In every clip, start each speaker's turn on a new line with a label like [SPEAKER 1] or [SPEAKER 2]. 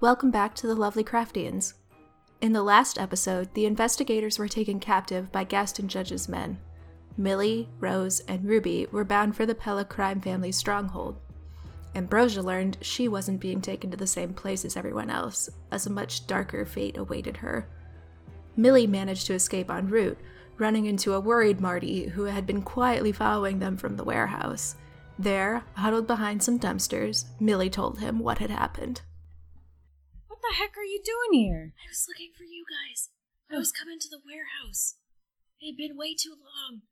[SPEAKER 1] Welcome back to the Lovely Craftians. In the last episode, the investigators were taken captive by Gaston Judge's men. Millie, Rose, and Ruby were bound for the Pella crime family's stronghold. Ambrosia learned she wasn't being taken to the same place as everyone else, as a much darker fate awaited her. Millie managed to escape en route, running into a worried Marty who had been quietly following them from the warehouse. There, huddled behind some dumpsters, Millie told him what had happened.
[SPEAKER 2] What the heck are you doing here?
[SPEAKER 3] I was looking for you guys. I was coming to the warehouse. It had been way too long.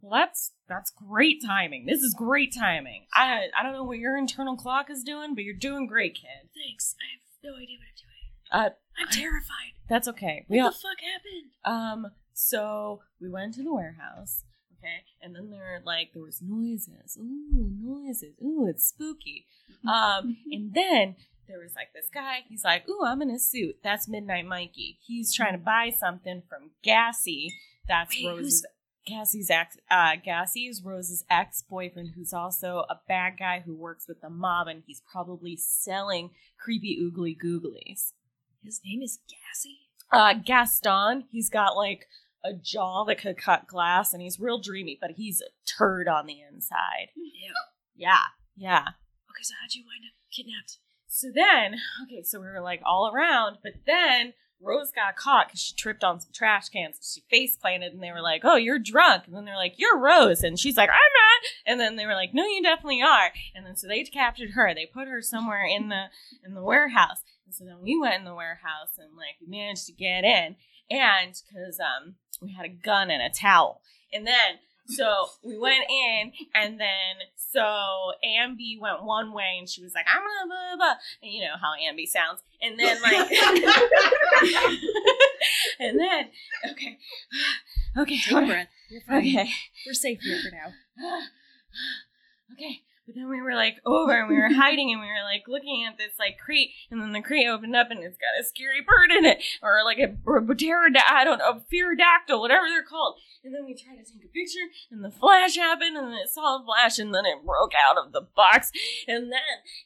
[SPEAKER 2] Well, that's that's great timing. This is great timing. I I don't know what your internal clock is doing, but you're doing great, kid.
[SPEAKER 3] Thanks. I have no idea what I'm doing.
[SPEAKER 2] Uh,
[SPEAKER 3] I'm terrified.
[SPEAKER 2] that's okay.
[SPEAKER 3] What
[SPEAKER 2] We all,
[SPEAKER 3] the fuck happened?
[SPEAKER 2] um, so we went to the warehouse, okay, and then there like there was noises. Ooh, noises. Ooh, it's spooky.
[SPEAKER 3] Mm-hmm.
[SPEAKER 2] Um, and then there was like this guy. He's like, "Ooh, I'm in a suit. That's Midnight Mikey. He's trying to buy something from Gassy. That's
[SPEAKER 3] Mm-hmm. Wait,
[SPEAKER 2] Rose's. Cassie's ex. Uh, Gassy is Rose's ex-boyfriend, who's also a bad guy who works with the mob, and he's probably selling creepy oogly googlies.
[SPEAKER 3] His name is Gassy.
[SPEAKER 2] Uh, Gaston, he's got like a jaw that could cut glass, and he's real dreamy, but he's a turd on the inside.
[SPEAKER 3] Ew.
[SPEAKER 2] Yeah, yeah.
[SPEAKER 3] Okay, so how'd you wind up kidnapped?
[SPEAKER 2] So then, okay, so we were like all around, but then Rose got caught because she tripped on some trash cans. She face planted, and they were like, "Oh, you're drunk," and then they're like, "You're Rose," and she's like, "I'm not," and then they were like, "No, you definitely are," and then so they captured her. They put her somewhere in the in the warehouse, and so then we went in the warehouse and like we managed to get in, and because um we had a gun and a towel, and then. So we went in, and then so Ambi went one way, and she was like, "I'm gonna blah blah," blah," and you know how Ambi sounds. And then like, and then okay, okay,
[SPEAKER 3] Take a breath. You're fine.
[SPEAKER 2] okay,
[SPEAKER 3] We're safe here for now.
[SPEAKER 2] okay. But then we were like over, and we were hiding, and we were like looking at this like crate, and then the crate opened up, and it's got a scary bird in it, or like a, or a pterodactyl, I don't know, a pterodactyl, whatever they're called. And then we tried to take a picture, and the flash happened, and then it saw a flash, and then it broke out of the box. And then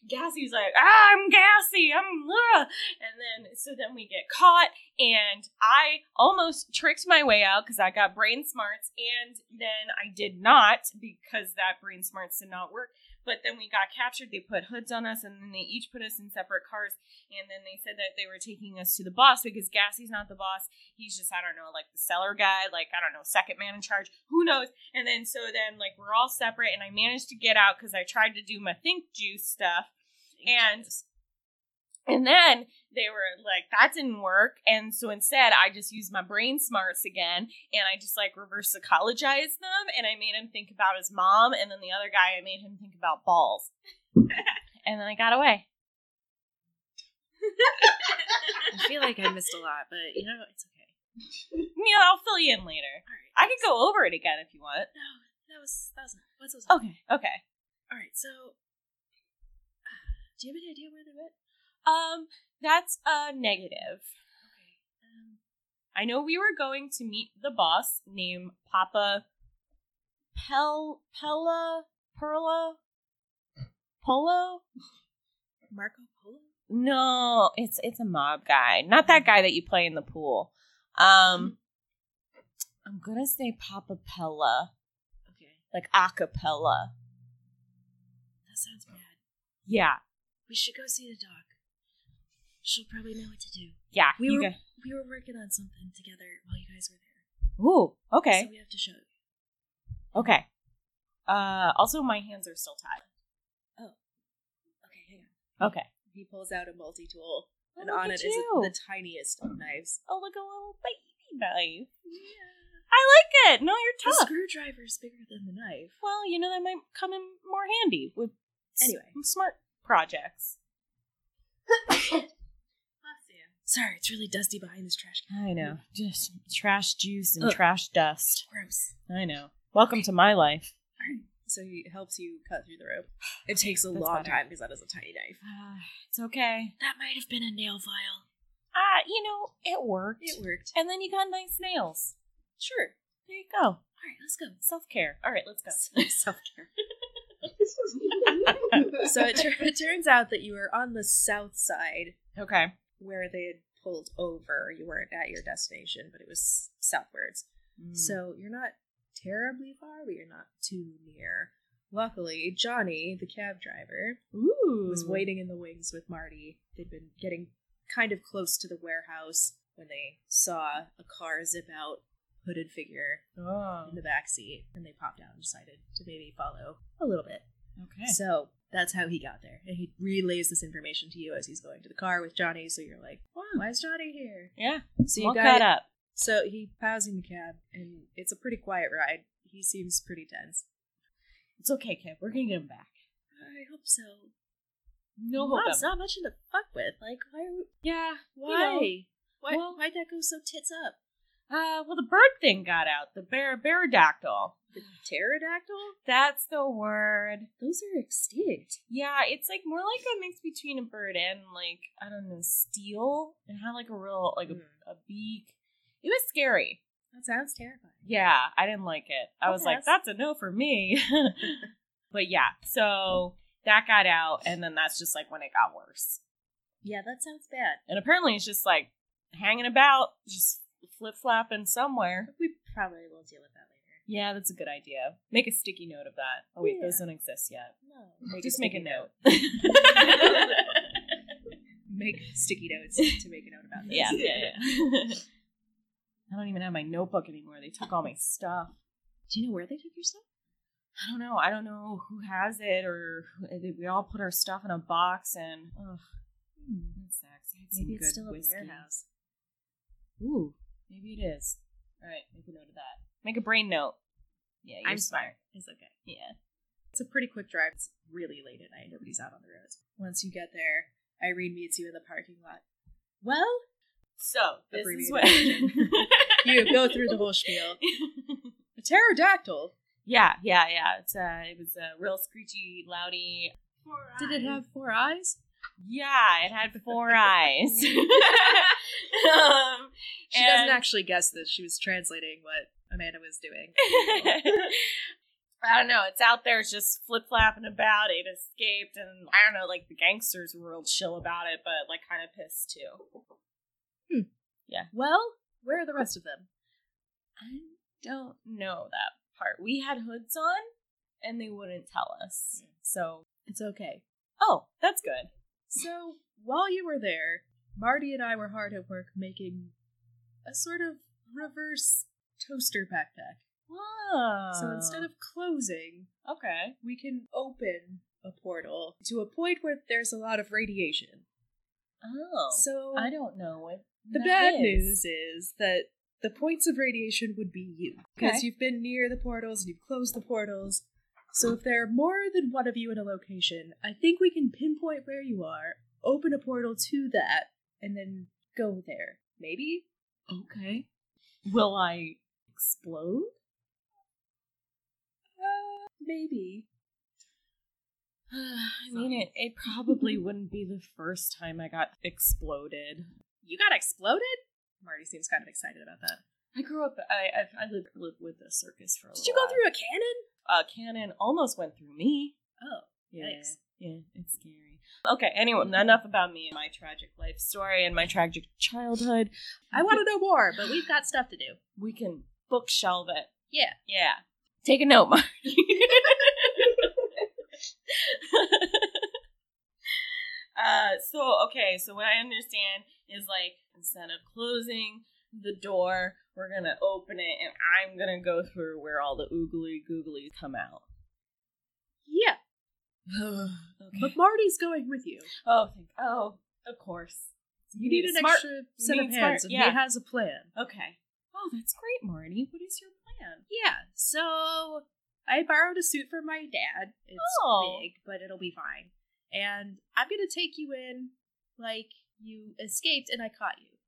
[SPEAKER 2] Gassy's like, ah, I'm gassy, I'm, ugh." and then so then we get caught, and I almost tricked my way out because I got brain smarts, and then I did not because that brain smarts did not work. But then we got captured. They put hoods on us, and then they each put us in separate cars. And then they said that they were taking us to the boss because Gassy's not the boss. He's just I don't know, like the seller guy, like I don't know, second man in charge. Who knows? And then so then like we're all separate, and I managed to get out because I tried to do my think juice stuff, and and then they were like, that didn't work. And so instead, I just used my brain smarts again and I just like reverse psychologized them and I made him think about his mom. And then the other guy, I made him think about balls. and then I got away.
[SPEAKER 3] I feel like I missed a lot, but you know, it's okay.
[SPEAKER 2] Yeah, I'll fill you in later.
[SPEAKER 3] All right.
[SPEAKER 2] I could go over it again if you want.
[SPEAKER 3] No, that was that was not. What's was
[SPEAKER 2] Okay, okay.
[SPEAKER 3] All right. So, do you have any idea where they went?
[SPEAKER 2] Um, that's a negative.
[SPEAKER 3] Okay. Um,
[SPEAKER 2] I know we were going to meet the boss named Papa Pel Pella Perla Polo.
[SPEAKER 3] Marco Polo.
[SPEAKER 2] No, it's it's a mob guy, not that guy that you play in the pool.
[SPEAKER 3] Mm-hmm.
[SPEAKER 2] Um, I'm gonna say Papa Pella,
[SPEAKER 3] Okay,
[SPEAKER 2] like acapella.
[SPEAKER 3] that sounds bad.
[SPEAKER 2] Yeah,
[SPEAKER 3] We should go see the doc. She'll probably know what to do.
[SPEAKER 2] yeah.
[SPEAKER 3] We
[SPEAKER 2] you
[SPEAKER 3] were
[SPEAKER 2] go-
[SPEAKER 3] we were working on something together while you guys were there.
[SPEAKER 2] Ooh, okay,
[SPEAKER 3] So we have to show. you.
[SPEAKER 2] okay. Uh, also my hands are still tied.
[SPEAKER 3] Okay, hang on.
[SPEAKER 2] Okay.
[SPEAKER 3] He pulls out a multi tool,
[SPEAKER 2] Oh,
[SPEAKER 3] and
[SPEAKER 2] look
[SPEAKER 3] on
[SPEAKER 2] at
[SPEAKER 3] it is
[SPEAKER 2] you.
[SPEAKER 3] the tiniest of knives.
[SPEAKER 2] Oh, look a little baby knife.
[SPEAKER 3] Yeah.
[SPEAKER 2] I like it. No, you're
[SPEAKER 3] The
[SPEAKER 2] tough.
[SPEAKER 3] screwdriver is bigger than the knife.
[SPEAKER 2] Well, you know that might come in more handy with s-
[SPEAKER 3] Anyway.
[SPEAKER 2] smart projects.
[SPEAKER 3] Sorry, it's really dusty behind this trash can.
[SPEAKER 2] I know, just trash juice and
[SPEAKER 3] Ugh.
[SPEAKER 2] trash dust.
[SPEAKER 3] Gross.
[SPEAKER 2] I know. Welcome to my life.
[SPEAKER 3] So he helps you cut through the rope. It takes a
[SPEAKER 2] That's
[SPEAKER 3] long
[SPEAKER 2] better.
[SPEAKER 3] time because that is a tiny knife.
[SPEAKER 2] Ah, it's okay.
[SPEAKER 3] That might have been a nail file.
[SPEAKER 2] Ah, you know, it worked.
[SPEAKER 3] It worked.
[SPEAKER 2] And then you got nice nails.
[SPEAKER 3] Sure.
[SPEAKER 2] There you go.
[SPEAKER 3] All right, let's go.
[SPEAKER 2] Self care. All right, let's go.
[SPEAKER 3] Self care. so it, tur- it turns out that you are on the south side
[SPEAKER 2] Okay.
[SPEAKER 4] where they had pulled over. You weren't at your destination, but it was southwards.
[SPEAKER 2] Hmm.
[SPEAKER 3] Hmm.
[SPEAKER 4] So you're not terribly far, but you're not too near. Luckily, Johnny, the cab driver,
[SPEAKER 2] ooh,
[SPEAKER 4] was waiting in the wings with Marty. They'd been getting kind of close to the warehouse when they saw a car zip out, hooded figure
[SPEAKER 2] Oh,
[SPEAKER 4] in the back seat, and they popped out and decided to maybe follow a little bit.
[SPEAKER 2] okay.
[SPEAKER 4] So that's how he got there, and he relays this information to you as he's going to the car with Johnny. So you're like, "Why is Johnny here?"
[SPEAKER 2] yeah,
[SPEAKER 4] So you
[SPEAKER 2] look
[SPEAKER 4] got
[SPEAKER 2] that
[SPEAKER 4] it.
[SPEAKER 2] up.
[SPEAKER 4] So he pausing the cab, and it's a pretty quiet ride. He seems pretty tense.
[SPEAKER 2] It's okay, Kev. We're gonna get him back.
[SPEAKER 4] I hope so.
[SPEAKER 2] No hope.
[SPEAKER 4] Mom's not much to fuck with. Like, why? Are we,
[SPEAKER 2] Yeah.
[SPEAKER 4] why?
[SPEAKER 2] You
[SPEAKER 4] why?
[SPEAKER 2] Well-
[SPEAKER 4] why'd that go so tits up?
[SPEAKER 2] know, uh, well, the bird thing got out. The bear, pterodactyl.
[SPEAKER 4] The pterodactyl?
[SPEAKER 2] That's the word.
[SPEAKER 4] Those are extinct.
[SPEAKER 2] Yeah, it's like more like a mix between a bird and like I don't know, steel. It had like a real like
[SPEAKER 4] Mm.
[SPEAKER 2] a, a beak. It was scary.
[SPEAKER 4] That sounds terrifying.
[SPEAKER 2] Yeah, I didn't like it. I was like,
[SPEAKER 4] Yes.
[SPEAKER 2] that's a no for me. but yeah, so that got out, and then that's just like when it got worse.
[SPEAKER 4] Yeah, that sounds bad.
[SPEAKER 2] And apparently, it's just like hanging about, just flip flopping somewhere.
[SPEAKER 4] We probably will deal with that later.
[SPEAKER 2] Yeah, that's a good idea. Make a sticky note of that. Oh wait, those
[SPEAKER 4] Yeah.
[SPEAKER 2] don't exist yet.
[SPEAKER 4] No.
[SPEAKER 2] just make a note.
[SPEAKER 4] Make sticky notes to make a note about this.
[SPEAKER 2] yeah, yeah, yeah. I don't even have my notebook anymore. They took all my stuff.
[SPEAKER 4] Do you know where they took your stuff?
[SPEAKER 2] I don't know. I don't know who has it or who- eh, we all put our stuff in a box and ugh, Hmm, that sucks. I had some
[SPEAKER 4] Maybe it's
[SPEAKER 2] good
[SPEAKER 4] still
[SPEAKER 2] whiskey.
[SPEAKER 4] in the warehouse.
[SPEAKER 2] Ooh, maybe it is. All right, make a note of that. Make a brain note. Yeah, you're
[SPEAKER 4] I'm
[SPEAKER 2] smart.
[SPEAKER 4] It's okay.
[SPEAKER 2] Yeah.
[SPEAKER 4] It's a pretty quick drive. It's really late at night. Nobody's out on the roads. Once you get there, Irene meets you in the parking lot. Well,
[SPEAKER 2] So this is what
[SPEAKER 4] Abbreviated version. you go through the whole spiel. A pterodactyl.
[SPEAKER 2] yeah, yeah, yeah. It's uh, it was a real screechy, loudy.
[SPEAKER 4] Did it have four eyes?
[SPEAKER 2] Yeah, it had four eyes. um,
[SPEAKER 4] She
[SPEAKER 2] And-
[SPEAKER 4] doesn't actually guess this. She was translating what Amanda was doing.
[SPEAKER 2] I don't know. It's out there. It's just flip flopping about. It escaped, and I don't know. Like the gangsters were real chill about it, but like kind of pissed too.
[SPEAKER 4] Well, where are the rest of them?
[SPEAKER 2] I don't know that part. We had hoods on, and they wouldn't tell us.
[SPEAKER 4] Hmm.
[SPEAKER 2] So,
[SPEAKER 4] It's okay.
[SPEAKER 2] oh, that's good.
[SPEAKER 4] So, while you were there, Marty and I were hard at work making a sort of reverse toaster backpack.
[SPEAKER 2] Wow.
[SPEAKER 4] So instead of closing,
[SPEAKER 2] Um, okay,
[SPEAKER 4] we can open a portal to a point where there's a lot of radiation.
[SPEAKER 2] oh,
[SPEAKER 4] So
[SPEAKER 2] I don't know what
[SPEAKER 4] the
[SPEAKER 2] that
[SPEAKER 4] bad
[SPEAKER 2] is.
[SPEAKER 4] news is that the points of radiation would be you because
[SPEAKER 2] Okay.
[SPEAKER 4] you've been near the portals and you've closed the portals. So if there are more than one of you in a location, I think we can pinpoint where you are, open a portal to that, and then go there. Maybe
[SPEAKER 2] Okay, will I explode?
[SPEAKER 4] Uh, maybe.
[SPEAKER 2] I mean, it, it probably wouldn't be the first time I got exploded.
[SPEAKER 4] You got exploded? Marty seems kind of excited about that.
[SPEAKER 2] I grew up, I, I, I lived, lived with a circus for a
[SPEAKER 4] Did you
[SPEAKER 2] little
[SPEAKER 4] go through a cannon?
[SPEAKER 2] while. A cannon uh, almost went through me.
[SPEAKER 4] Oh.
[SPEAKER 2] Yeah.
[SPEAKER 4] Yikes. Mm-hmm.
[SPEAKER 2] Yeah, it's scary. Okay, anyway, enough about me and my tragic life story and my tragic childhood.
[SPEAKER 4] I want to know more, but we've got stuff to do.
[SPEAKER 2] We can bookshelve it.
[SPEAKER 4] Yeah.
[SPEAKER 2] Yeah. Take a note, Mark. uh, so, okay, so what I understand is like instead of closing the door, we're going to open it and I'm going to go through where all the oogly googlies come out.
[SPEAKER 4] Yeah,
[SPEAKER 2] okay.
[SPEAKER 4] but Marty's going with you.
[SPEAKER 2] Oh, thank, oh, of course.
[SPEAKER 4] You need an
[SPEAKER 2] Smart-
[SPEAKER 4] extra set of
[SPEAKER 2] need
[SPEAKER 4] hands,
[SPEAKER 2] smart,
[SPEAKER 4] and
[SPEAKER 2] yeah.
[SPEAKER 4] he has a plan.
[SPEAKER 2] Okay. Oh, that's great, Marty. What is your plan?
[SPEAKER 4] Yeah, so I borrowed a suit from my dad. It's
[SPEAKER 2] Oh.
[SPEAKER 4] big, but it'll be fine. And I'm gonna take you in like you escaped and I caught you.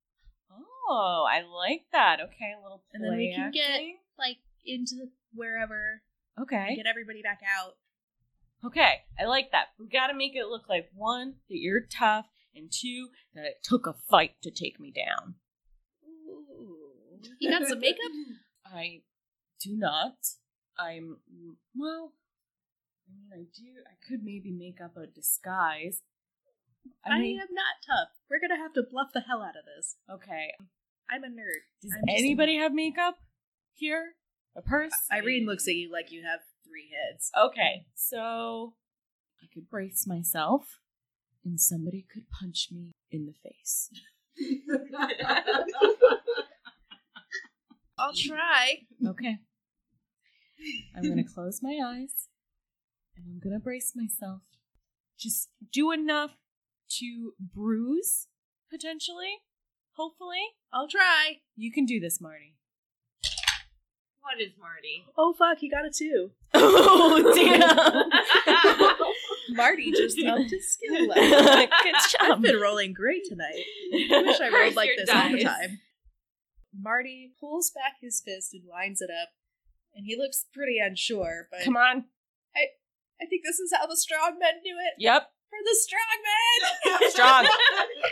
[SPEAKER 2] Oh, I like that. Okay, a little play
[SPEAKER 4] And then we can get-
[SPEAKER 2] acting.
[SPEAKER 4] Like into wherever,
[SPEAKER 2] Okay.
[SPEAKER 4] get everybody back out.
[SPEAKER 2] Okay, I like that. We gotta make it look like one, that you're tough, and two, that it took a fight to take me down.
[SPEAKER 4] Ooh. You got some makeup?
[SPEAKER 2] I do not. I'm well. I mean, I do. I could maybe make up a disguise.
[SPEAKER 4] I, am not tough. We're gonna have to bluff the hell out of this.
[SPEAKER 2] okay.
[SPEAKER 4] I'm a nerd.
[SPEAKER 2] Does
[SPEAKER 4] I'm just-
[SPEAKER 2] anybody have makeup here? A purse?
[SPEAKER 4] Irene looks at you like you have three heads.
[SPEAKER 2] Okay, so I could brace myself, and somebody could punch me in the face.
[SPEAKER 3] I'll try.
[SPEAKER 2] Okay. I'm going to close my eyes and I'm going to brace myself. Just do enough to bruise, potentially. Hopefully.
[SPEAKER 3] I'll try.
[SPEAKER 2] You can do this, Marty.
[SPEAKER 5] What is Marty?
[SPEAKER 4] Oh fuck, he got a two.
[SPEAKER 2] Oh,
[SPEAKER 4] Marty just upped his skill level. I've
[SPEAKER 2] job.
[SPEAKER 4] been rolling great tonight. I wish I rolled
[SPEAKER 5] Curse
[SPEAKER 4] like
[SPEAKER 5] your
[SPEAKER 4] this all the
[SPEAKER 5] dice.
[SPEAKER 4] time. Marty pulls back his fist and lines it up, and he looks pretty unsure, but
[SPEAKER 2] Come on.
[SPEAKER 4] I think this is how the strong men do it.
[SPEAKER 2] Yep.
[SPEAKER 4] For the strong men!
[SPEAKER 2] Strong.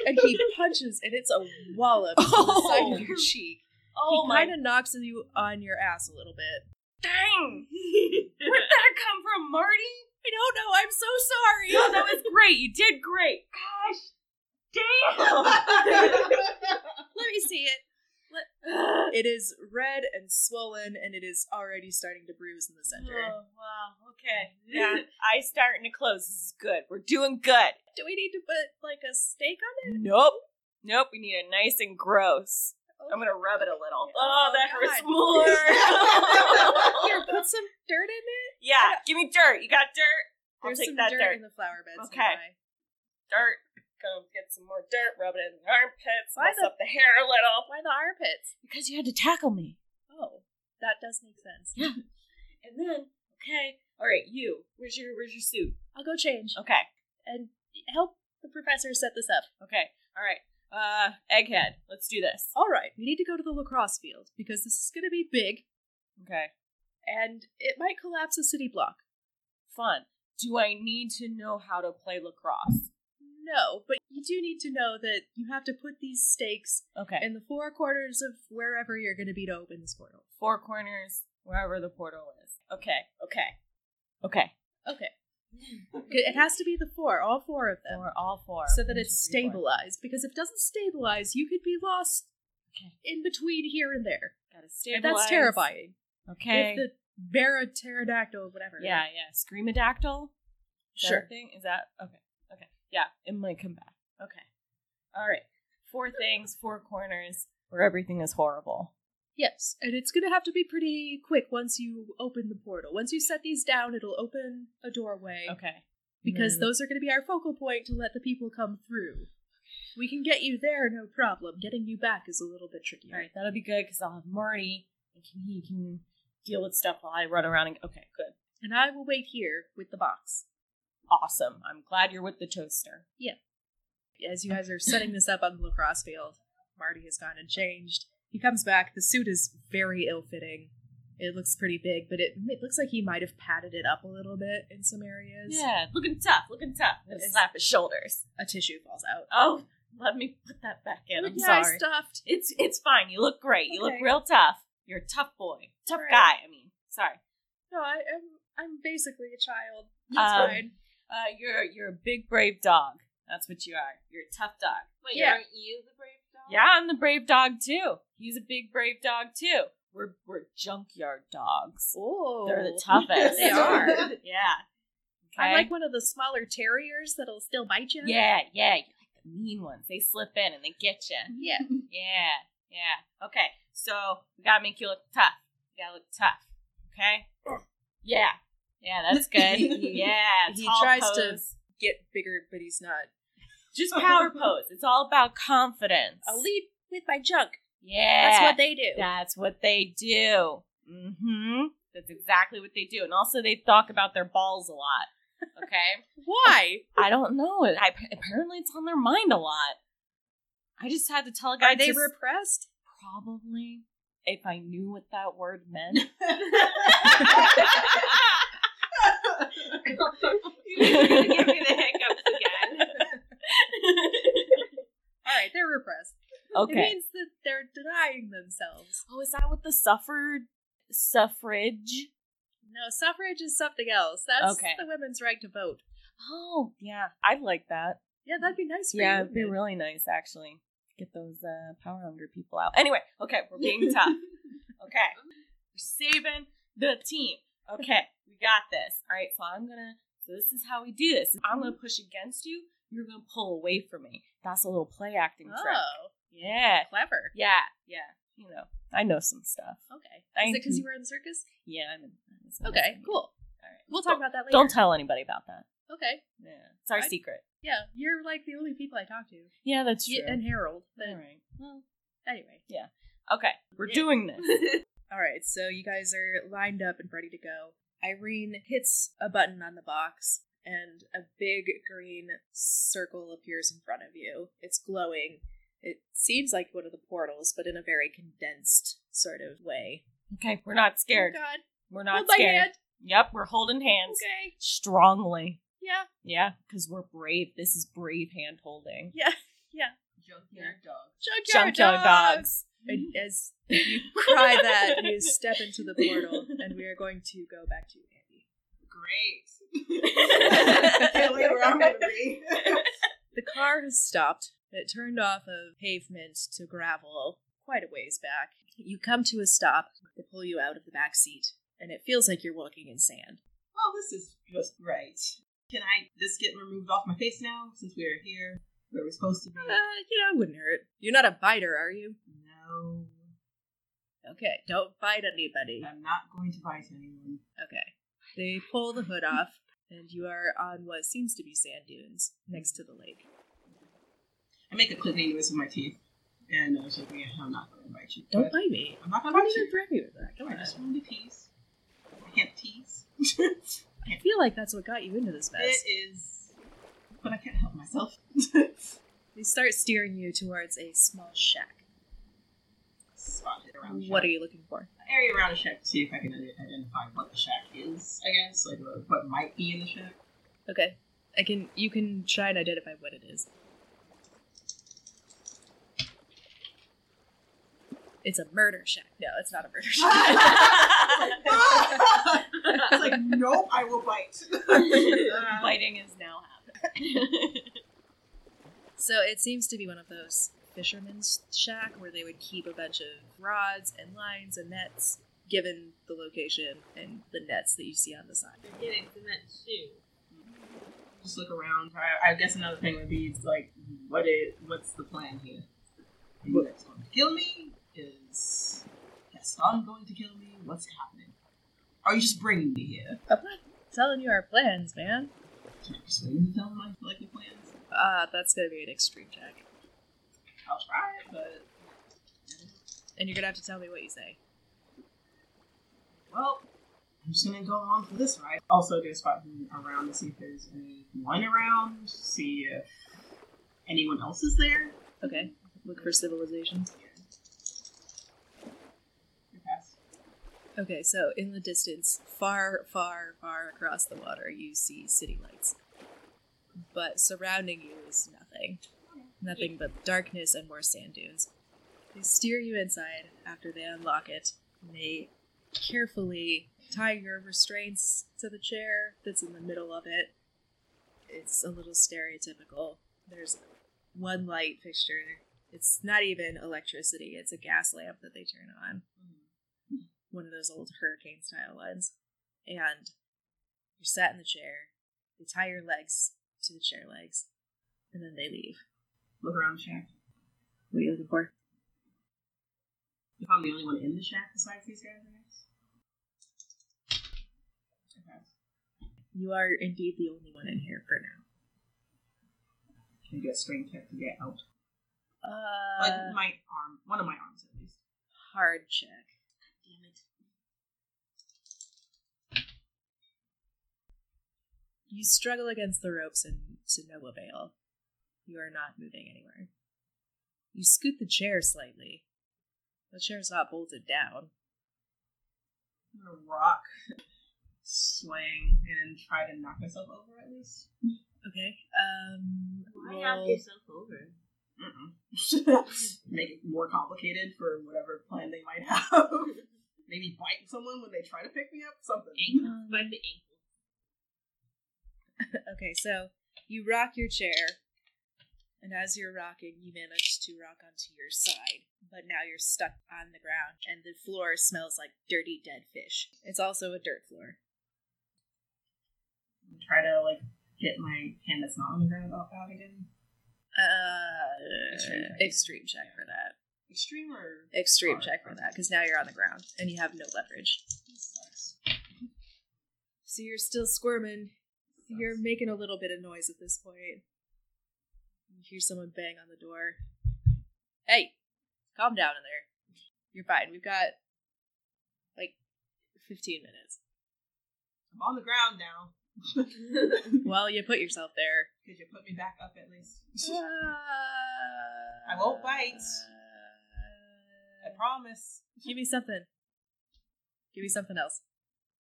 [SPEAKER 4] and he punches, and it's a wallop on the side of your cheek.
[SPEAKER 2] Oh
[SPEAKER 4] he
[SPEAKER 2] my
[SPEAKER 4] kind of knocks you on your ass a little bit.
[SPEAKER 2] dang. Where'd that come from, Marty?
[SPEAKER 4] I don't know. I'm so sorry.
[SPEAKER 2] No, that was great. You did great. Gosh. Damn.
[SPEAKER 4] Let me see it.
[SPEAKER 2] Oh,
[SPEAKER 4] It is red and swollen, and it is already starting to bruise in the center.
[SPEAKER 2] Oh, wow. Okay. Yeah. I starting to close. This is good. We're doing good.
[SPEAKER 4] Do we need to put like a stake on
[SPEAKER 2] Nope. Nope. We need a nice and gross.
[SPEAKER 4] it?
[SPEAKER 2] I'm gonna rub it a little.
[SPEAKER 4] Oh, God.
[SPEAKER 2] more.
[SPEAKER 4] Here, put some dirt in it.
[SPEAKER 2] yeah. Give me dirt. You got dirt. I'll
[SPEAKER 4] There's
[SPEAKER 2] take
[SPEAKER 4] some
[SPEAKER 2] that
[SPEAKER 4] dirt,
[SPEAKER 2] dirt.
[SPEAKER 4] in the flower beds.
[SPEAKER 2] Okay.
[SPEAKER 4] nearby.
[SPEAKER 2] Dirt. Go get some more dirt. Rub it in the armpits.
[SPEAKER 4] Why
[SPEAKER 2] Mess
[SPEAKER 4] the-
[SPEAKER 2] up the hair a little.
[SPEAKER 4] Why the armpits?
[SPEAKER 2] Because you had to tackle me.
[SPEAKER 4] Oh, that does make sense.
[SPEAKER 2] Yeah. And then, okay. All right. You. Where's your Where's your suit?
[SPEAKER 4] I'll go change
[SPEAKER 2] Okay.
[SPEAKER 4] and help the professor set this up.
[SPEAKER 2] Okay. All right. Uh, egghead. Let's do this.
[SPEAKER 4] All right, we need to go to the lacrosse field because this is going to be big
[SPEAKER 2] Okay.
[SPEAKER 4] and it might collapse a city block.
[SPEAKER 2] Fun. Do I need to know how to play lacrosse?
[SPEAKER 4] No, but you do need to know that you have to put these stakes
[SPEAKER 2] Okay.
[SPEAKER 4] in the four corners of wherever you're going to be to open this portal.
[SPEAKER 2] four corners, wherever the portal is. Okay, okay, okay.
[SPEAKER 4] Okay. it has to be the four, all four of them,
[SPEAKER 2] Or all four,
[SPEAKER 4] so that
[SPEAKER 2] One,
[SPEAKER 4] it's
[SPEAKER 2] two, three, four.
[SPEAKER 4] stabilized. Because if it doesn't stabilize, you could be lost
[SPEAKER 2] Okay.
[SPEAKER 4] in between here and there.
[SPEAKER 2] Gotta
[SPEAKER 4] And
[SPEAKER 2] stabilize.
[SPEAKER 4] that's terrifying.
[SPEAKER 2] Okay.
[SPEAKER 4] If the Vera pterodactyl, whatever.
[SPEAKER 2] yeah, yeah. Screamadactyl. Is that a
[SPEAKER 4] Sure.
[SPEAKER 2] Thing is that okay? Okay. Yeah, it might come back. Okay. All right. Four things, four corners, where everything is horrible.
[SPEAKER 4] Yes, and it's going to have to be pretty quick once you open the portal. Once you set these down, it'll open a doorway
[SPEAKER 2] Okay.
[SPEAKER 4] because
[SPEAKER 2] And then-
[SPEAKER 4] those are going to be our focal point to let the people come through. We can get you there, no problem. Getting you back is a little bit trickier.
[SPEAKER 2] All right, that'll be good because I'll have Marty and can, he can deal with stuff while I run around. And okay, good,
[SPEAKER 4] And I will wait here with the box.
[SPEAKER 2] awesome. I'm glad you're with the toaster.
[SPEAKER 4] As you guys are setting this up on the lacrosse field, Marty has gone and changed. He comes back. The suit is very ill fitting. It looks pretty big, but it, it looks like he might have padded it up a little bit in some areas.
[SPEAKER 2] Yeah, looking tough, looking tough. I'm gonna
[SPEAKER 4] Yes.
[SPEAKER 2] slap his shoulders.
[SPEAKER 4] A tissue falls out.
[SPEAKER 2] Oh, let me put that back in. I'm
[SPEAKER 4] yeah,
[SPEAKER 2] sorry.
[SPEAKER 4] I stuffed.
[SPEAKER 2] it's it's fine. You look great. You look
[SPEAKER 4] Okay.
[SPEAKER 2] real tough. You're a tough boy, tough
[SPEAKER 4] All
[SPEAKER 2] guy.
[SPEAKER 4] right.
[SPEAKER 2] I mean, sorry.
[SPEAKER 4] No, I, I'm I'm basically a child. That's
[SPEAKER 2] Um,
[SPEAKER 4] fine.
[SPEAKER 2] Uh, you're you're a big brave dog. That's what you are. You're a tough dog.
[SPEAKER 5] Wait,
[SPEAKER 4] Yeah.
[SPEAKER 5] aren't you the brave dog?
[SPEAKER 2] Yeah, I'm the brave dog too. He's a big brave dog too. We're we're junkyard dogs.
[SPEAKER 4] Oh,
[SPEAKER 2] They're the toughest.
[SPEAKER 4] They are.
[SPEAKER 2] Yeah.
[SPEAKER 4] I like one of the smaller terriers that'll still bite you.
[SPEAKER 2] Yeah, yeah. You like the mean ones. They slip in and they get you.
[SPEAKER 4] yeah.
[SPEAKER 2] Yeah, yeah. Okay, so we gotta make you look tough. You gotta look tough. Okay. Yeah, yeah. That's good. Yeah.
[SPEAKER 4] He
[SPEAKER 2] tall
[SPEAKER 4] tries to-
[SPEAKER 2] pose.
[SPEAKER 4] Get bigger, but he's not.
[SPEAKER 2] just
[SPEAKER 4] Uh-huh.
[SPEAKER 2] power pose. It's all about confidence.
[SPEAKER 4] I'll lead with my junk.
[SPEAKER 2] Yeah,
[SPEAKER 4] That's what they do.
[SPEAKER 2] That's what they do. Mm-hmm. That's exactly what they do. And also, they talk about their balls a lot. Okay.
[SPEAKER 4] Why?
[SPEAKER 2] I don't know. I, apparently, it's on their mind a lot. I just had to tell a guy.
[SPEAKER 4] Are they
[SPEAKER 2] just-
[SPEAKER 4] repressed?
[SPEAKER 2] Probably. If I knew what that word meant.
[SPEAKER 5] You're gonna give me the hiccups again.
[SPEAKER 4] All right, they're repressed. It
[SPEAKER 2] okay.
[SPEAKER 4] means that they're denying themselves.
[SPEAKER 2] Oh, is that what the suffered suffrage?
[SPEAKER 4] No, suffrage is something else. That's
[SPEAKER 2] Okay.
[SPEAKER 4] the women's right to vote.
[SPEAKER 2] Oh, yeah. I like that.
[SPEAKER 4] Yeah, that'd be nice for
[SPEAKER 2] yeah,
[SPEAKER 4] you.
[SPEAKER 2] it'd be
[SPEAKER 4] wouldn't it?
[SPEAKER 2] really nice actually. Get those uh, power hungry people out. Anyway, okay, we're being tough. Okay, we're saving the team. Okay, we got this. All right, so I'm gonna. So this is how we do this. I'm gonna push against you. You're gonna pull away from me. That's a little play acting trick.
[SPEAKER 4] Oh,
[SPEAKER 2] Yeah,
[SPEAKER 4] clever.
[SPEAKER 2] yeah, yeah. You know, I know some stuff.
[SPEAKER 4] Okay.
[SPEAKER 2] I-
[SPEAKER 4] Is it because you were in the circus?
[SPEAKER 2] Yeah, I'm. In, I'm in-
[SPEAKER 4] Oh. Okay, cool.
[SPEAKER 2] All right.
[SPEAKER 4] We'll talk about that later.
[SPEAKER 2] Don't tell anybody about that.
[SPEAKER 4] Okay.
[SPEAKER 2] Yeah, it's our
[SPEAKER 4] I-
[SPEAKER 2] secret.
[SPEAKER 4] Yeah, you're like the only people I talk to.
[SPEAKER 2] Yeah, that's true.
[SPEAKER 4] You- and Harold. But
[SPEAKER 2] All right. Well,
[SPEAKER 4] anyway.
[SPEAKER 2] okay, we're
[SPEAKER 5] Yeah.
[SPEAKER 2] doing this.
[SPEAKER 4] All right, so you guys are lined up and ready to go. Irene hits a button on the box, and a big green circle appears in front of you. It's glowing. It seems like one of the portals, but in a very condensed sort of way.
[SPEAKER 2] Okay, we're not scared.
[SPEAKER 4] Oh, God.
[SPEAKER 2] We're not
[SPEAKER 4] Hold my
[SPEAKER 2] scared.
[SPEAKER 4] hand.
[SPEAKER 2] Yep, we're holding hands
[SPEAKER 4] Okay.
[SPEAKER 2] strongly.
[SPEAKER 4] Yeah.
[SPEAKER 2] Yeah, because we're brave. This is brave hand holding.
[SPEAKER 4] Yeah.
[SPEAKER 5] Junkyard dog.
[SPEAKER 4] Junkyard,
[SPEAKER 2] Junkyard dogs.
[SPEAKER 4] And as you cry that, you step into the portal, and we are going to go back to Andy.
[SPEAKER 5] Great. Can't wait where I'm gonna be.
[SPEAKER 4] The car has stopped. It turned off of pavement to gravel quite a ways back. You come to a stop. They pull you out of the back seat, and it feels like you're walking in sand.
[SPEAKER 5] well, this is just right. Can I this get removed off my face now since we are here where we're supposed to be?
[SPEAKER 4] Uh, you know, it wouldn't hurt. You're not a biter, are you?
[SPEAKER 5] No,
[SPEAKER 4] Okay, don't bite anybody.
[SPEAKER 5] I'm not going to bite anyone.
[SPEAKER 4] Okay. They pull the hood off, and you are on what seems to be sand dunes next to the lake.
[SPEAKER 5] I make a clicking noise with my teeth, and I was like, yeah, I'm not going to bite you.
[SPEAKER 4] Don't
[SPEAKER 5] but
[SPEAKER 4] bite me.
[SPEAKER 5] I'm not
[SPEAKER 4] I
[SPEAKER 5] going to
[SPEAKER 4] don't
[SPEAKER 5] bite
[SPEAKER 4] even
[SPEAKER 5] you.
[SPEAKER 4] threaten you with that. Come
[SPEAKER 5] I
[SPEAKER 4] on.
[SPEAKER 5] just want to be peace. I can't tease.
[SPEAKER 4] I feel like that's what got you into this mess.
[SPEAKER 5] It is, but I can't help myself.
[SPEAKER 4] They start steering you towards a small shack.
[SPEAKER 5] Spotted around. the
[SPEAKER 4] What are
[SPEAKER 5] shack.
[SPEAKER 4] you looking for?
[SPEAKER 5] area around the shack to see if I can i- identify what the shack is? I guess like what- what might be in the shack.
[SPEAKER 4] Okay. I can you can try and identify what it is. It's a murder shack. No, it's not a murder shack.
[SPEAKER 2] Uh-huh.
[SPEAKER 5] it's like nope, I will bite. Uh,
[SPEAKER 2] Biting is now happening.
[SPEAKER 4] so it seems to be one of those fishermen's shack where they would keep a bunch of rods and lines and nets given the location and the nets that you see on the side.
[SPEAKER 5] They're getting cement shoe. Just look around. I, I guess another thing would be like, what is what's the plan here? Are you guys going to kill me? Is Gaston going to kill me? What's happening? Are you just bringing me here?
[SPEAKER 4] I'm not telling you our plans, man.
[SPEAKER 5] Can I persuade you to tell my like your plans?
[SPEAKER 4] Ah, that's gonna be an extreme check.
[SPEAKER 5] I'll try it, but
[SPEAKER 4] And you're gonna have to tell me what you say.
[SPEAKER 5] well, I'm just gonna go along for this ride. Also, go spotting around to see if there's anyone around. See if anyone else is there.
[SPEAKER 4] Okay. Look for civilization.
[SPEAKER 5] Your pass.
[SPEAKER 4] Okay, so in the distance, far, far, far across the water, you see city lights. But surrounding you is nothing. Nothing but darkness and more sand dunes. They steer you inside after they unlock it. and They carefully tie your restraints to the chair that's in the middle of it. It's a little stereotypical. There's one light fixture. It's not even electricity, it's a gas lamp that they turn on one of those old hurricane style ones. And you're sat in the chair, they tie your legs to the chair legs, and then they leave.
[SPEAKER 5] Look around the shack.
[SPEAKER 4] What are you looking for?
[SPEAKER 5] If I'm the only one in the shack besides these guys, I guess. Okay.
[SPEAKER 4] You are indeed the only one in here for now.
[SPEAKER 5] Can I do a strength check to get out?
[SPEAKER 4] Uh,
[SPEAKER 5] Like my arm, one of my arms at least.
[SPEAKER 4] hard check.
[SPEAKER 5] Damn it.
[SPEAKER 4] You struggle against the ropes and to no avail. You are not moving anywhere. You scoot the chair slightly. The chair's not bolted down.
[SPEAKER 5] I'm gonna rock, swing, and try to knock myself over at least.
[SPEAKER 4] Okay. Um. roll-
[SPEAKER 5] over? Mm-mm. Make it more complicated for whatever plan they might have. Maybe bite someone when they try to pick me up. Something.
[SPEAKER 4] Um,
[SPEAKER 5] Bite the ankle.
[SPEAKER 4] Okay, so you rock your chair and as you're rocking, you manage to rock onto your side, but now you're stuck on the ground, and the floor smells like dirty dead fish. It's also a dirt floor.
[SPEAKER 5] and try to like get my hand that's not on the ground off out again.
[SPEAKER 4] Uh,
[SPEAKER 5] Extreme check.
[SPEAKER 4] extreme check for that.
[SPEAKER 5] Extreme or
[SPEAKER 4] Extreme
[SPEAKER 5] Alright,
[SPEAKER 4] check for that, because now you're on the ground and you have no leverage. So you're still squirming. You're making a little bit of noise at this point. You hear someone bang on the door. Hey, calm down in there. You're fine. We've got like 15 minutes.
[SPEAKER 5] I'm on the ground now.
[SPEAKER 4] Well, you put yourself there.
[SPEAKER 5] Could you put me back up at least?
[SPEAKER 4] I
[SPEAKER 5] won't bite. I promise.
[SPEAKER 4] Uh, Give me something. Give me something else.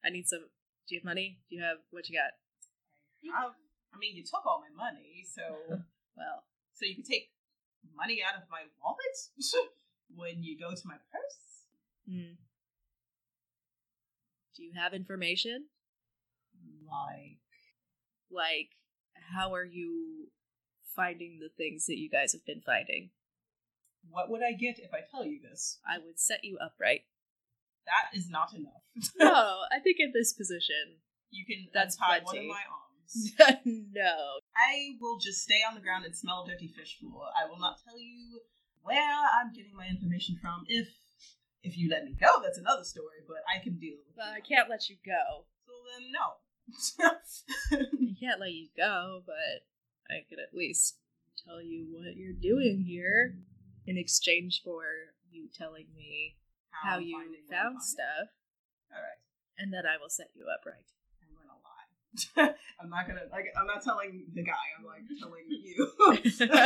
[SPEAKER 4] I need some. Do you have money? Do you have what you got?
[SPEAKER 5] I, I mean, you took all my money, so
[SPEAKER 4] Well,
[SPEAKER 5] so you can take money out of my wallet when you go to my purse.
[SPEAKER 4] hmm. do you have information?
[SPEAKER 5] Like
[SPEAKER 4] Like, how are you finding the things that you guys have been finding?
[SPEAKER 5] What would I get if I tell you this?
[SPEAKER 4] I would set you up right.
[SPEAKER 5] That is not enough.
[SPEAKER 4] No, I think in this position.
[SPEAKER 5] you can
[SPEAKER 4] That's
[SPEAKER 5] untie one
[SPEAKER 4] plenty.
[SPEAKER 5] of my arms.
[SPEAKER 4] no.
[SPEAKER 5] I will just stay on the ground and smell dirty fish floor. I will not tell you where I'm getting my information from. If if you let me go, that's another story. But I can deal with
[SPEAKER 4] Well, I
[SPEAKER 5] it.
[SPEAKER 4] can't let you go.
[SPEAKER 5] So then, no.
[SPEAKER 4] I can't let you go, but I could at least tell you what you're doing here in exchange for you telling me how,
[SPEAKER 5] I'm
[SPEAKER 4] you
[SPEAKER 5] finding what I'm
[SPEAKER 4] found
[SPEAKER 5] finding.
[SPEAKER 4] stuff,
[SPEAKER 5] All right,
[SPEAKER 4] and then I will set you up right.
[SPEAKER 5] I'm gonna lie. I'm not gonna like. I'm not telling the guy. I'm like telling you,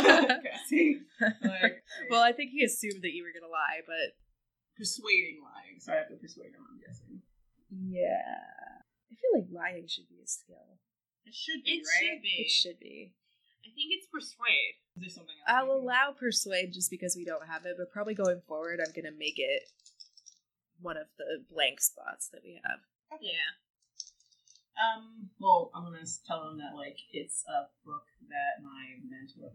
[SPEAKER 5] Cassie. Like,
[SPEAKER 4] well, I think he assumed that you were gonna lie, but
[SPEAKER 5] persuading lying, so I have to persuade him. I'm guessing
[SPEAKER 4] yeah, I feel like lying should be a skill.
[SPEAKER 5] it should be
[SPEAKER 2] It
[SPEAKER 5] right.
[SPEAKER 2] should be.
[SPEAKER 4] It should be.
[SPEAKER 2] I think it's persuade.
[SPEAKER 5] Is there something else?
[SPEAKER 4] I'll
[SPEAKER 5] maybe?
[SPEAKER 4] allow persuade just because we don't have it, but probably going forward, I'm gonna make it one of the blank spots that we have.
[SPEAKER 2] Yeah.
[SPEAKER 5] Um, well, I'm gonna s- tell him that like it's a book that my mentor.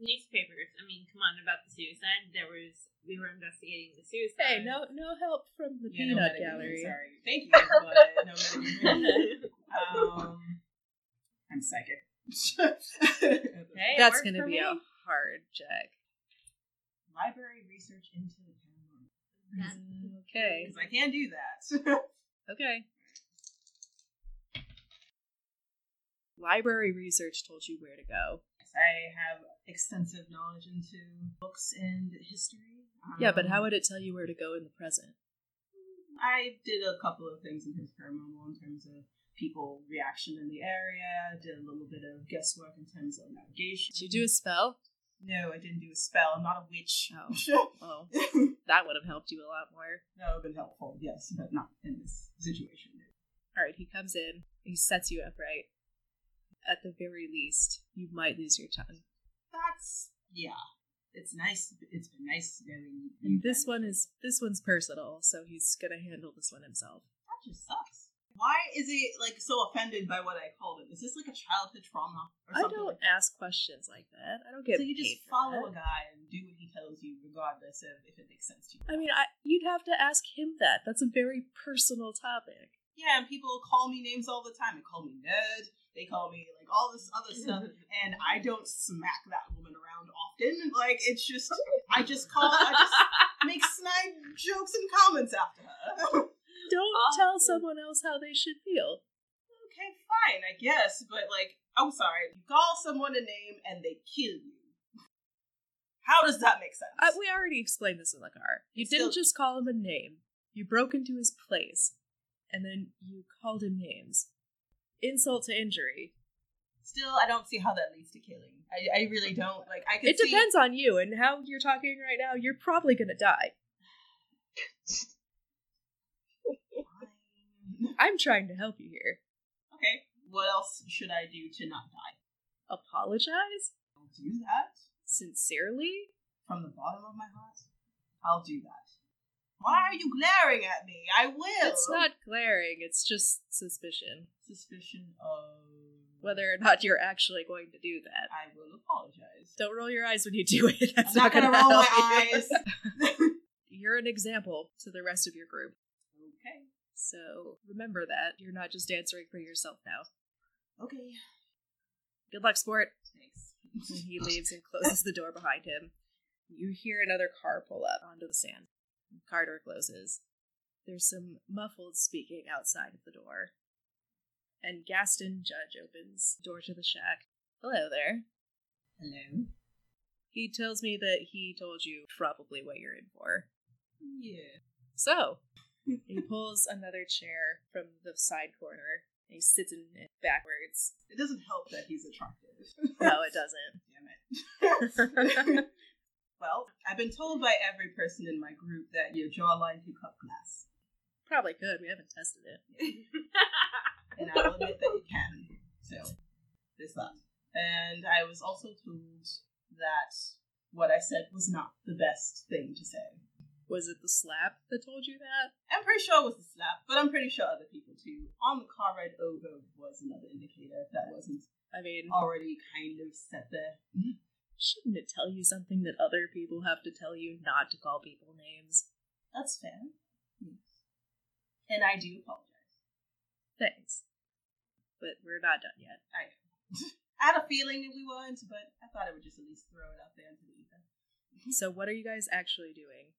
[SPEAKER 2] Newspapers. I mean, come on, about the suicide. There was we were investigating the
[SPEAKER 4] Hey,
[SPEAKER 2] suicide.
[SPEAKER 4] no, Um, no help from the
[SPEAKER 5] Yeah, no
[SPEAKER 4] peanut
[SPEAKER 5] metagame,
[SPEAKER 4] gallery.
[SPEAKER 5] Sorry, thank you. But no metagame. um, I'm psychic.
[SPEAKER 2] Hey, it
[SPEAKER 4] That's
[SPEAKER 2] worked
[SPEAKER 4] gonna
[SPEAKER 2] for
[SPEAKER 4] be
[SPEAKER 2] me.
[SPEAKER 4] a hard check.
[SPEAKER 5] Library research into the paranormal.
[SPEAKER 4] Okay.
[SPEAKER 5] Because I can do that.
[SPEAKER 4] Okay. Library research told you where to go.
[SPEAKER 5] I have extensive knowledge into books and history. Um,
[SPEAKER 4] Yeah, but how would it tell you where to go in the present?
[SPEAKER 5] I did a couple of things in his paranormal in terms of people reaction in the area. Did a little bit of guesswork in terms of navigation.
[SPEAKER 4] Did you do a spell?
[SPEAKER 5] No, I didn't do a spell. I'm not a witch.
[SPEAKER 4] Oh. Oh, that would have helped you a lot more.
[SPEAKER 5] that would have been helpful, yes, but not in this situation.
[SPEAKER 4] All right, he comes in. He sets you up right. At the very least, you might lose your tongue.
[SPEAKER 5] That's yeah. It's nice. It's been nice knowing you.
[SPEAKER 4] And this one is this one's personal, so he's gonna handle this one himself.
[SPEAKER 5] that just sucks. Why is he like so offended by what I called him? Is this like a childhood trauma or
[SPEAKER 4] I
[SPEAKER 5] something?
[SPEAKER 4] don't
[SPEAKER 5] like that?
[SPEAKER 4] ask questions like that. I don't get.
[SPEAKER 5] so you
[SPEAKER 4] paid
[SPEAKER 5] just
[SPEAKER 4] for
[SPEAKER 5] follow
[SPEAKER 4] that.
[SPEAKER 5] a guy and do what he tells you, regardless of if it makes sense to you. or
[SPEAKER 4] I
[SPEAKER 5] not.
[SPEAKER 4] mean, I, you'd have to ask him that. That's a very personal topic.
[SPEAKER 5] Yeah, and people call me names all the time. They call me nerd. They call me like all this other stuff, and I don't smack that woman around often. Like it's just, I just call, I just make snide jokes and comments after her.
[SPEAKER 4] Don't
[SPEAKER 2] Oh,
[SPEAKER 4] tell
[SPEAKER 2] dude.
[SPEAKER 4] someone else how they should feel.
[SPEAKER 5] okay, fine, I guess, but like, I'm sorry, you call someone a name and they kill you. How does that make sense?
[SPEAKER 4] I, we already explained this in the car. You
[SPEAKER 5] It's
[SPEAKER 4] didn't
[SPEAKER 5] still-
[SPEAKER 4] just call him a name. You broke into his place, and then you called him names. Insult to injury.
[SPEAKER 5] Still, I don't see how that leads to killing. I, I really don't. Like, I can.
[SPEAKER 4] It depends on you and how you're talking right now. You're probably gonna die.
[SPEAKER 5] See...
[SPEAKER 4] I'm trying to help you here.
[SPEAKER 5] Okay, what else should I do to not die?
[SPEAKER 4] Apologize
[SPEAKER 5] I'll do that.
[SPEAKER 4] sincerely.
[SPEAKER 5] from the bottom of my heart, I'll do that. Why are you glaring at me? I will.
[SPEAKER 4] It's not glaring. It's just suspicion.
[SPEAKER 5] suspicion of
[SPEAKER 4] whether or not you're actually going to do that.
[SPEAKER 5] I will apologize.
[SPEAKER 4] Don't roll your eyes when you do it.
[SPEAKER 5] I'm
[SPEAKER 4] That's
[SPEAKER 5] not gonna
[SPEAKER 4] gonna
[SPEAKER 5] roll
[SPEAKER 4] help
[SPEAKER 5] my
[SPEAKER 4] you.
[SPEAKER 5] eyes.
[SPEAKER 4] You're an example to the rest of your group.
[SPEAKER 5] okay.
[SPEAKER 4] So remember that. You're not just answering for yourself now.
[SPEAKER 5] Okay.
[SPEAKER 4] Good luck, sport. And
[SPEAKER 5] Thanks.
[SPEAKER 4] he leaves and closes the door behind him. You hear another car pull up onto the sand. The car door closes. There's some muffled speaking outside of the door. And Gaston Judge opens the door to the shack. Hello there.
[SPEAKER 5] Hello.
[SPEAKER 4] He tells me that he told you probably what you're in for.
[SPEAKER 5] Yeah.
[SPEAKER 4] So, he pulls another chair from the side corner. And he sits in it backwards.
[SPEAKER 5] It doesn't help that he's attractive.
[SPEAKER 4] No, it doesn't.
[SPEAKER 5] Damn it. well, I've been told by every person in my group that your jawline can cut glass,
[SPEAKER 4] Probably could. We haven't tested it.
[SPEAKER 5] and I will admit that it can. So, there's that. And I was also told that what I said was not the best thing to say.
[SPEAKER 4] Was it the slap that told you that?
[SPEAKER 5] I'm pretty sure it was a slap, but I'm pretty sure other people too. On the car ride over was another indicator that wasn't
[SPEAKER 4] I mean,
[SPEAKER 5] already kind of set there.
[SPEAKER 4] Mm-hmm. shouldn't it tell you something that other people have to tell you not to call people names?
[SPEAKER 5] That's fair. Yes. And I do apologize.
[SPEAKER 4] Thanks. But we're not done yet.
[SPEAKER 5] I had a feeling that we weren't, but I thought I would just at least throw it out there into the ether.
[SPEAKER 4] So, what are you guys actually doing?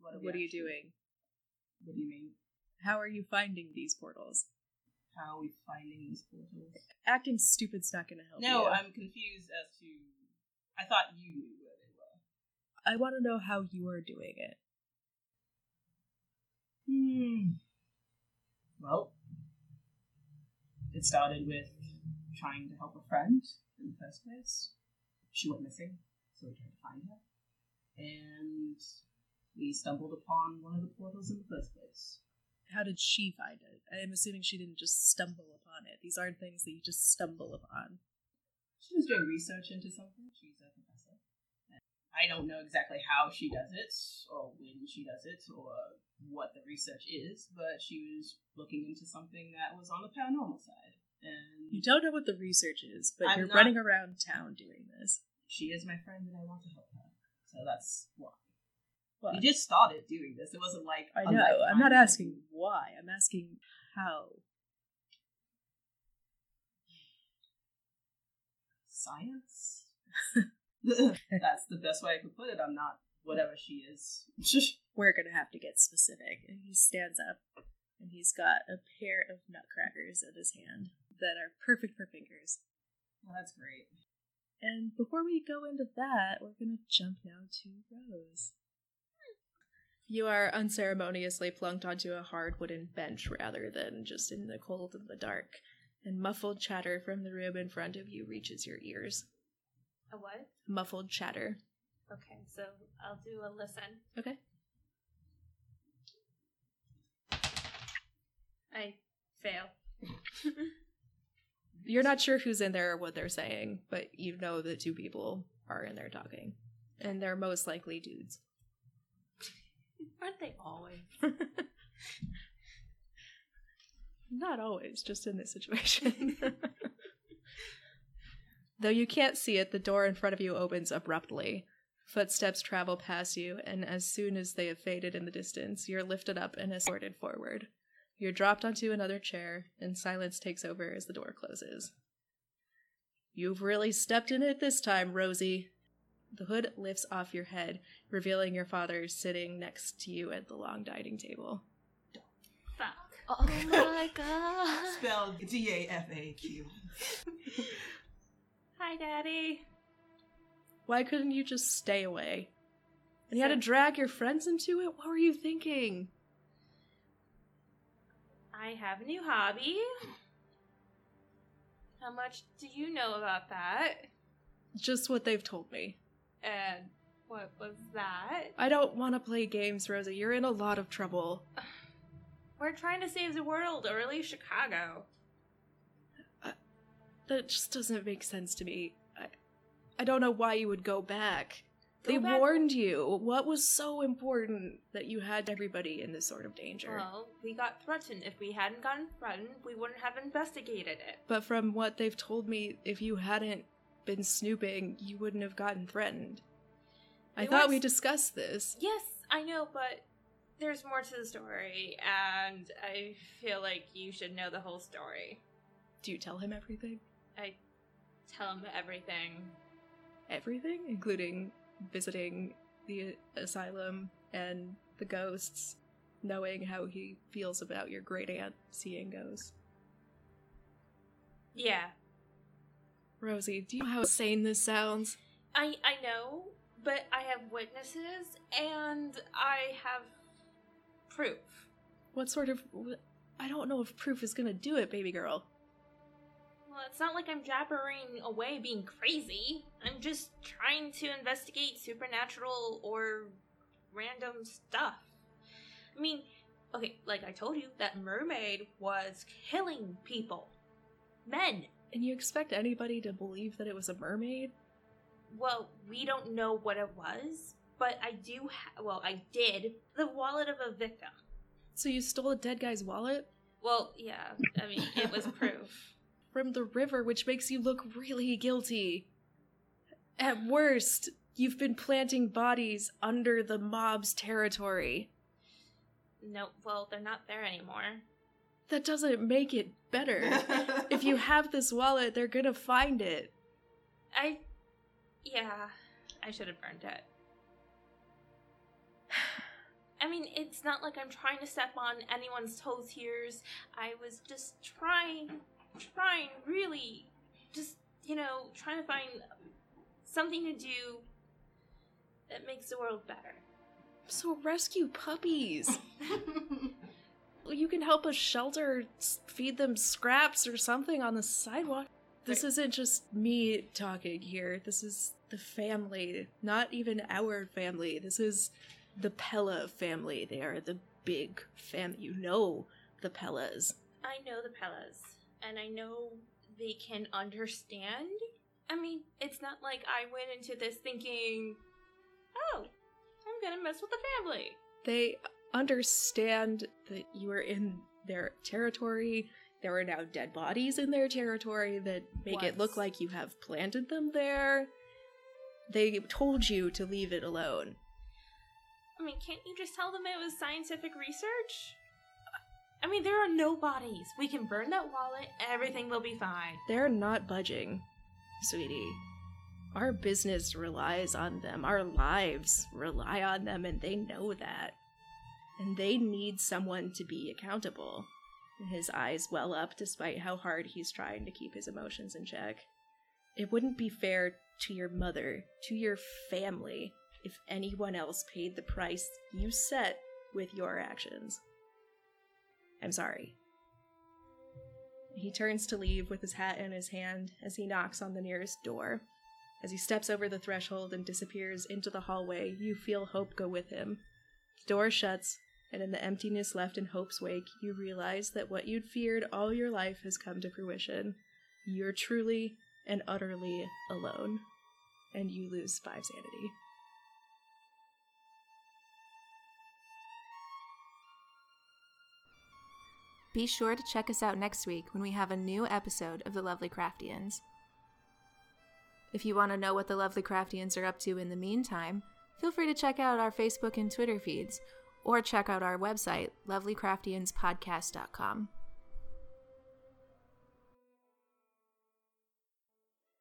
[SPEAKER 5] What
[SPEAKER 4] What,
[SPEAKER 5] we
[SPEAKER 4] are you
[SPEAKER 5] actually-
[SPEAKER 4] doing?
[SPEAKER 5] What do you mean?
[SPEAKER 4] How are you finding these portals?
[SPEAKER 5] How are we finding these portals?
[SPEAKER 4] Acting stupid's not going to help you.
[SPEAKER 5] No, I'm confused as to. I thought you knew where they were.
[SPEAKER 4] I want to know how you are doing it.
[SPEAKER 5] Hmm. Well, it started with trying to help a friend in the first place. She went missing, so we tried to find her. And we stumbled upon one of the portals in the first place.
[SPEAKER 4] How did she find it? I am assuming she didn't just stumble upon it. These aren't things that you just stumble upon.
[SPEAKER 5] She was doing research into something. She's a professor. And I don't know exactly how she does it, or when she does it, or what the research is, but she was looking into something that was on the paranormal side. And
[SPEAKER 4] You don't know what the research is, but
[SPEAKER 5] I'm
[SPEAKER 4] you're
[SPEAKER 5] not-
[SPEAKER 4] running around town doing this.
[SPEAKER 5] she is my friend and I want to help her. So that's why.
[SPEAKER 4] Well,
[SPEAKER 5] We just started doing this. It wasn't like
[SPEAKER 4] I
[SPEAKER 5] a
[SPEAKER 4] know. I'm
[SPEAKER 5] lifetime
[SPEAKER 4] not
[SPEAKER 5] thing.
[SPEAKER 4] asking why. I'm asking how.
[SPEAKER 5] science. that's the best way I could put it. I'm not whatever she is.
[SPEAKER 4] We're gonna have to get specific. And he stands up, and he's got a pair of nutcrackers in his hand that are perfect for fingers.
[SPEAKER 5] Well, that's great.
[SPEAKER 4] And before we go into that, we're gonna jump now to Rose. You are unceremoniously plunked onto a hard wooden bench rather than just in the cold and the dark, and muffled chatter from the room in front of you reaches your ears.
[SPEAKER 6] A what?
[SPEAKER 4] Muffled chatter.
[SPEAKER 6] Okay, so I'll do a listen.
[SPEAKER 4] Okay.
[SPEAKER 6] I fail.
[SPEAKER 4] You're not sure who's in there or what they're saying, but you know that two people are in there talking. And they're most likely dudes.
[SPEAKER 6] Aren't they always?
[SPEAKER 4] Not always, just in this situation. Though you can't see it, the door in front of you opens abruptly. Footsteps travel past you, and as soon as they have faded in the distance, you're lifted up and escorted forward. You're dropped onto another chair, and silence takes over as the door closes. You've really stepped in it this time, Rosie. The hood lifts off your head, revealing your father sitting next to you at the long dining table.
[SPEAKER 6] Fuck.
[SPEAKER 1] Oh my god.
[SPEAKER 5] Spelled D A F A Q.
[SPEAKER 6] Hi, Daddy.
[SPEAKER 4] Why couldn't you just stay away? And you had to drag your friends into it? What were you thinking?
[SPEAKER 6] I have a new hobby. How much do you know about that?
[SPEAKER 4] Just what they've told me.
[SPEAKER 6] And what was that?
[SPEAKER 4] I don't want to play games, Rosa. You're in a lot of trouble.
[SPEAKER 6] We're trying to save the world, or at least Chicago.
[SPEAKER 4] That just doesn't make sense to me. I, I don't know why you would go back. They
[SPEAKER 6] Go back-
[SPEAKER 4] warned you. What was so important that you had everybody in this sort of danger?
[SPEAKER 6] Well, we got threatened. If we hadn't gotten threatened, we wouldn't have investigated it.
[SPEAKER 4] But from what they've told me, if you hadn't been snooping, you wouldn't have gotten threatened. I
[SPEAKER 6] It
[SPEAKER 4] thought
[SPEAKER 6] was-
[SPEAKER 4] we discussed this.
[SPEAKER 6] Yes, I know, but there's more to the story, and I feel like you should know the whole story.
[SPEAKER 4] Do you tell him everything?
[SPEAKER 6] I tell him everything.
[SPEAKER 4] Everything, including visiting the asylum and the ghosts, knowing how he feels about your great aunt seeing ghosts.
[SPEAKER 6] Yeah,
[SPEAKER 4] Rosie, do you know how insane this sounds?
[SPEAKER 6] I I know, but I have witnesses and I have proof.
[SPEAKER 4] What sort of. wh- I don't know if proof is gonna do it, baby girl.
[SPEAKER 6] Well, it's not like I'm jabbering away being crazy. I'm just trying to investigate supernatural or random stuff. I mean, okay, like I told you, that mermaid was killing people. Men.
[SPEAKER 4] And you expect anybody to believe that it was a mermaid?
[SPEAKER 6] Well, we don't know what it was, but I do ha- well, I did the wallet of a victim.
[SPEAKER 4] So you stole a dead guy's wallet?
[SPEAKER 6] Well, yeah, I mean, it was proof.
[SPEAKER 4] from the river, which makes you look really guilty. At worst, you've been planting bodies under the mob's territory.
[SPEAKER 6] No, well, they're not there anymore.
[SPEAKER 4] That doesn't make it better. if you have this wallet, they're gonna find it.
[SPEAKER 6] I. Yeah, I should have burned it. I mean, it's not like I'm trying to step on anyone's toes here. I was just trying, trying, really, just, you know, trying to find something to do that makes the world better.
[SPEAKER 4] So rescue puppies. you can help us shelter, s- feed them scraps or something on the sidewalk. This isn't just me talking here. This is the family, not even our family. This is the Pella family. They are the big fam. You know the Pellas.
[SPEAKER 6] I know the Pellas, and I know they can understand. I mean, it's not like I went into this thinking, oh, I'm gonna mess with the family.
[SPEAKER 4] They understand that you are in their territory. There are now dead bodies in their territory that make it look
[SPEAKER 6] Was.
[SPEAKER 4] like you have planted them there. They told you to leave it alone.
[SPEAKER 6] I mean, can't you just tell them it was scientific research? I mean, there are no bodies. We can burn that wallet, everything will be fine.
[SPEAKER 4] They're not budging, sweetie. Our business relies on them. Our lives rely on them, and they know that. And they need someone to be accountable. And his eyes well up despite how hard he's trying to keep his emotions in check. It wouldn't be fair to your mother, to your family, if anyone else paid the price you set with your actions. I'm sorry. He turns to leave with his hat in his hand as he knocks on the nearest door. As he steps over the threshold and disappears into the hallway, you feel hope go with him. The door shuts, and in the emptiness left in hope's wake, you realize that what you'd feared all your life has come to fruition. You're truly and utterly alone, and you lose five sanity.
[SPEAKER 1] Be sure to check us out next week when we have a new episode of The Lovely Craftians. If you want to know what the Lovely Craftians are up to in the meantime, feel free to check out our Facebook and Twitter feeds, or check out our website, lovelycraftianspodcast.com.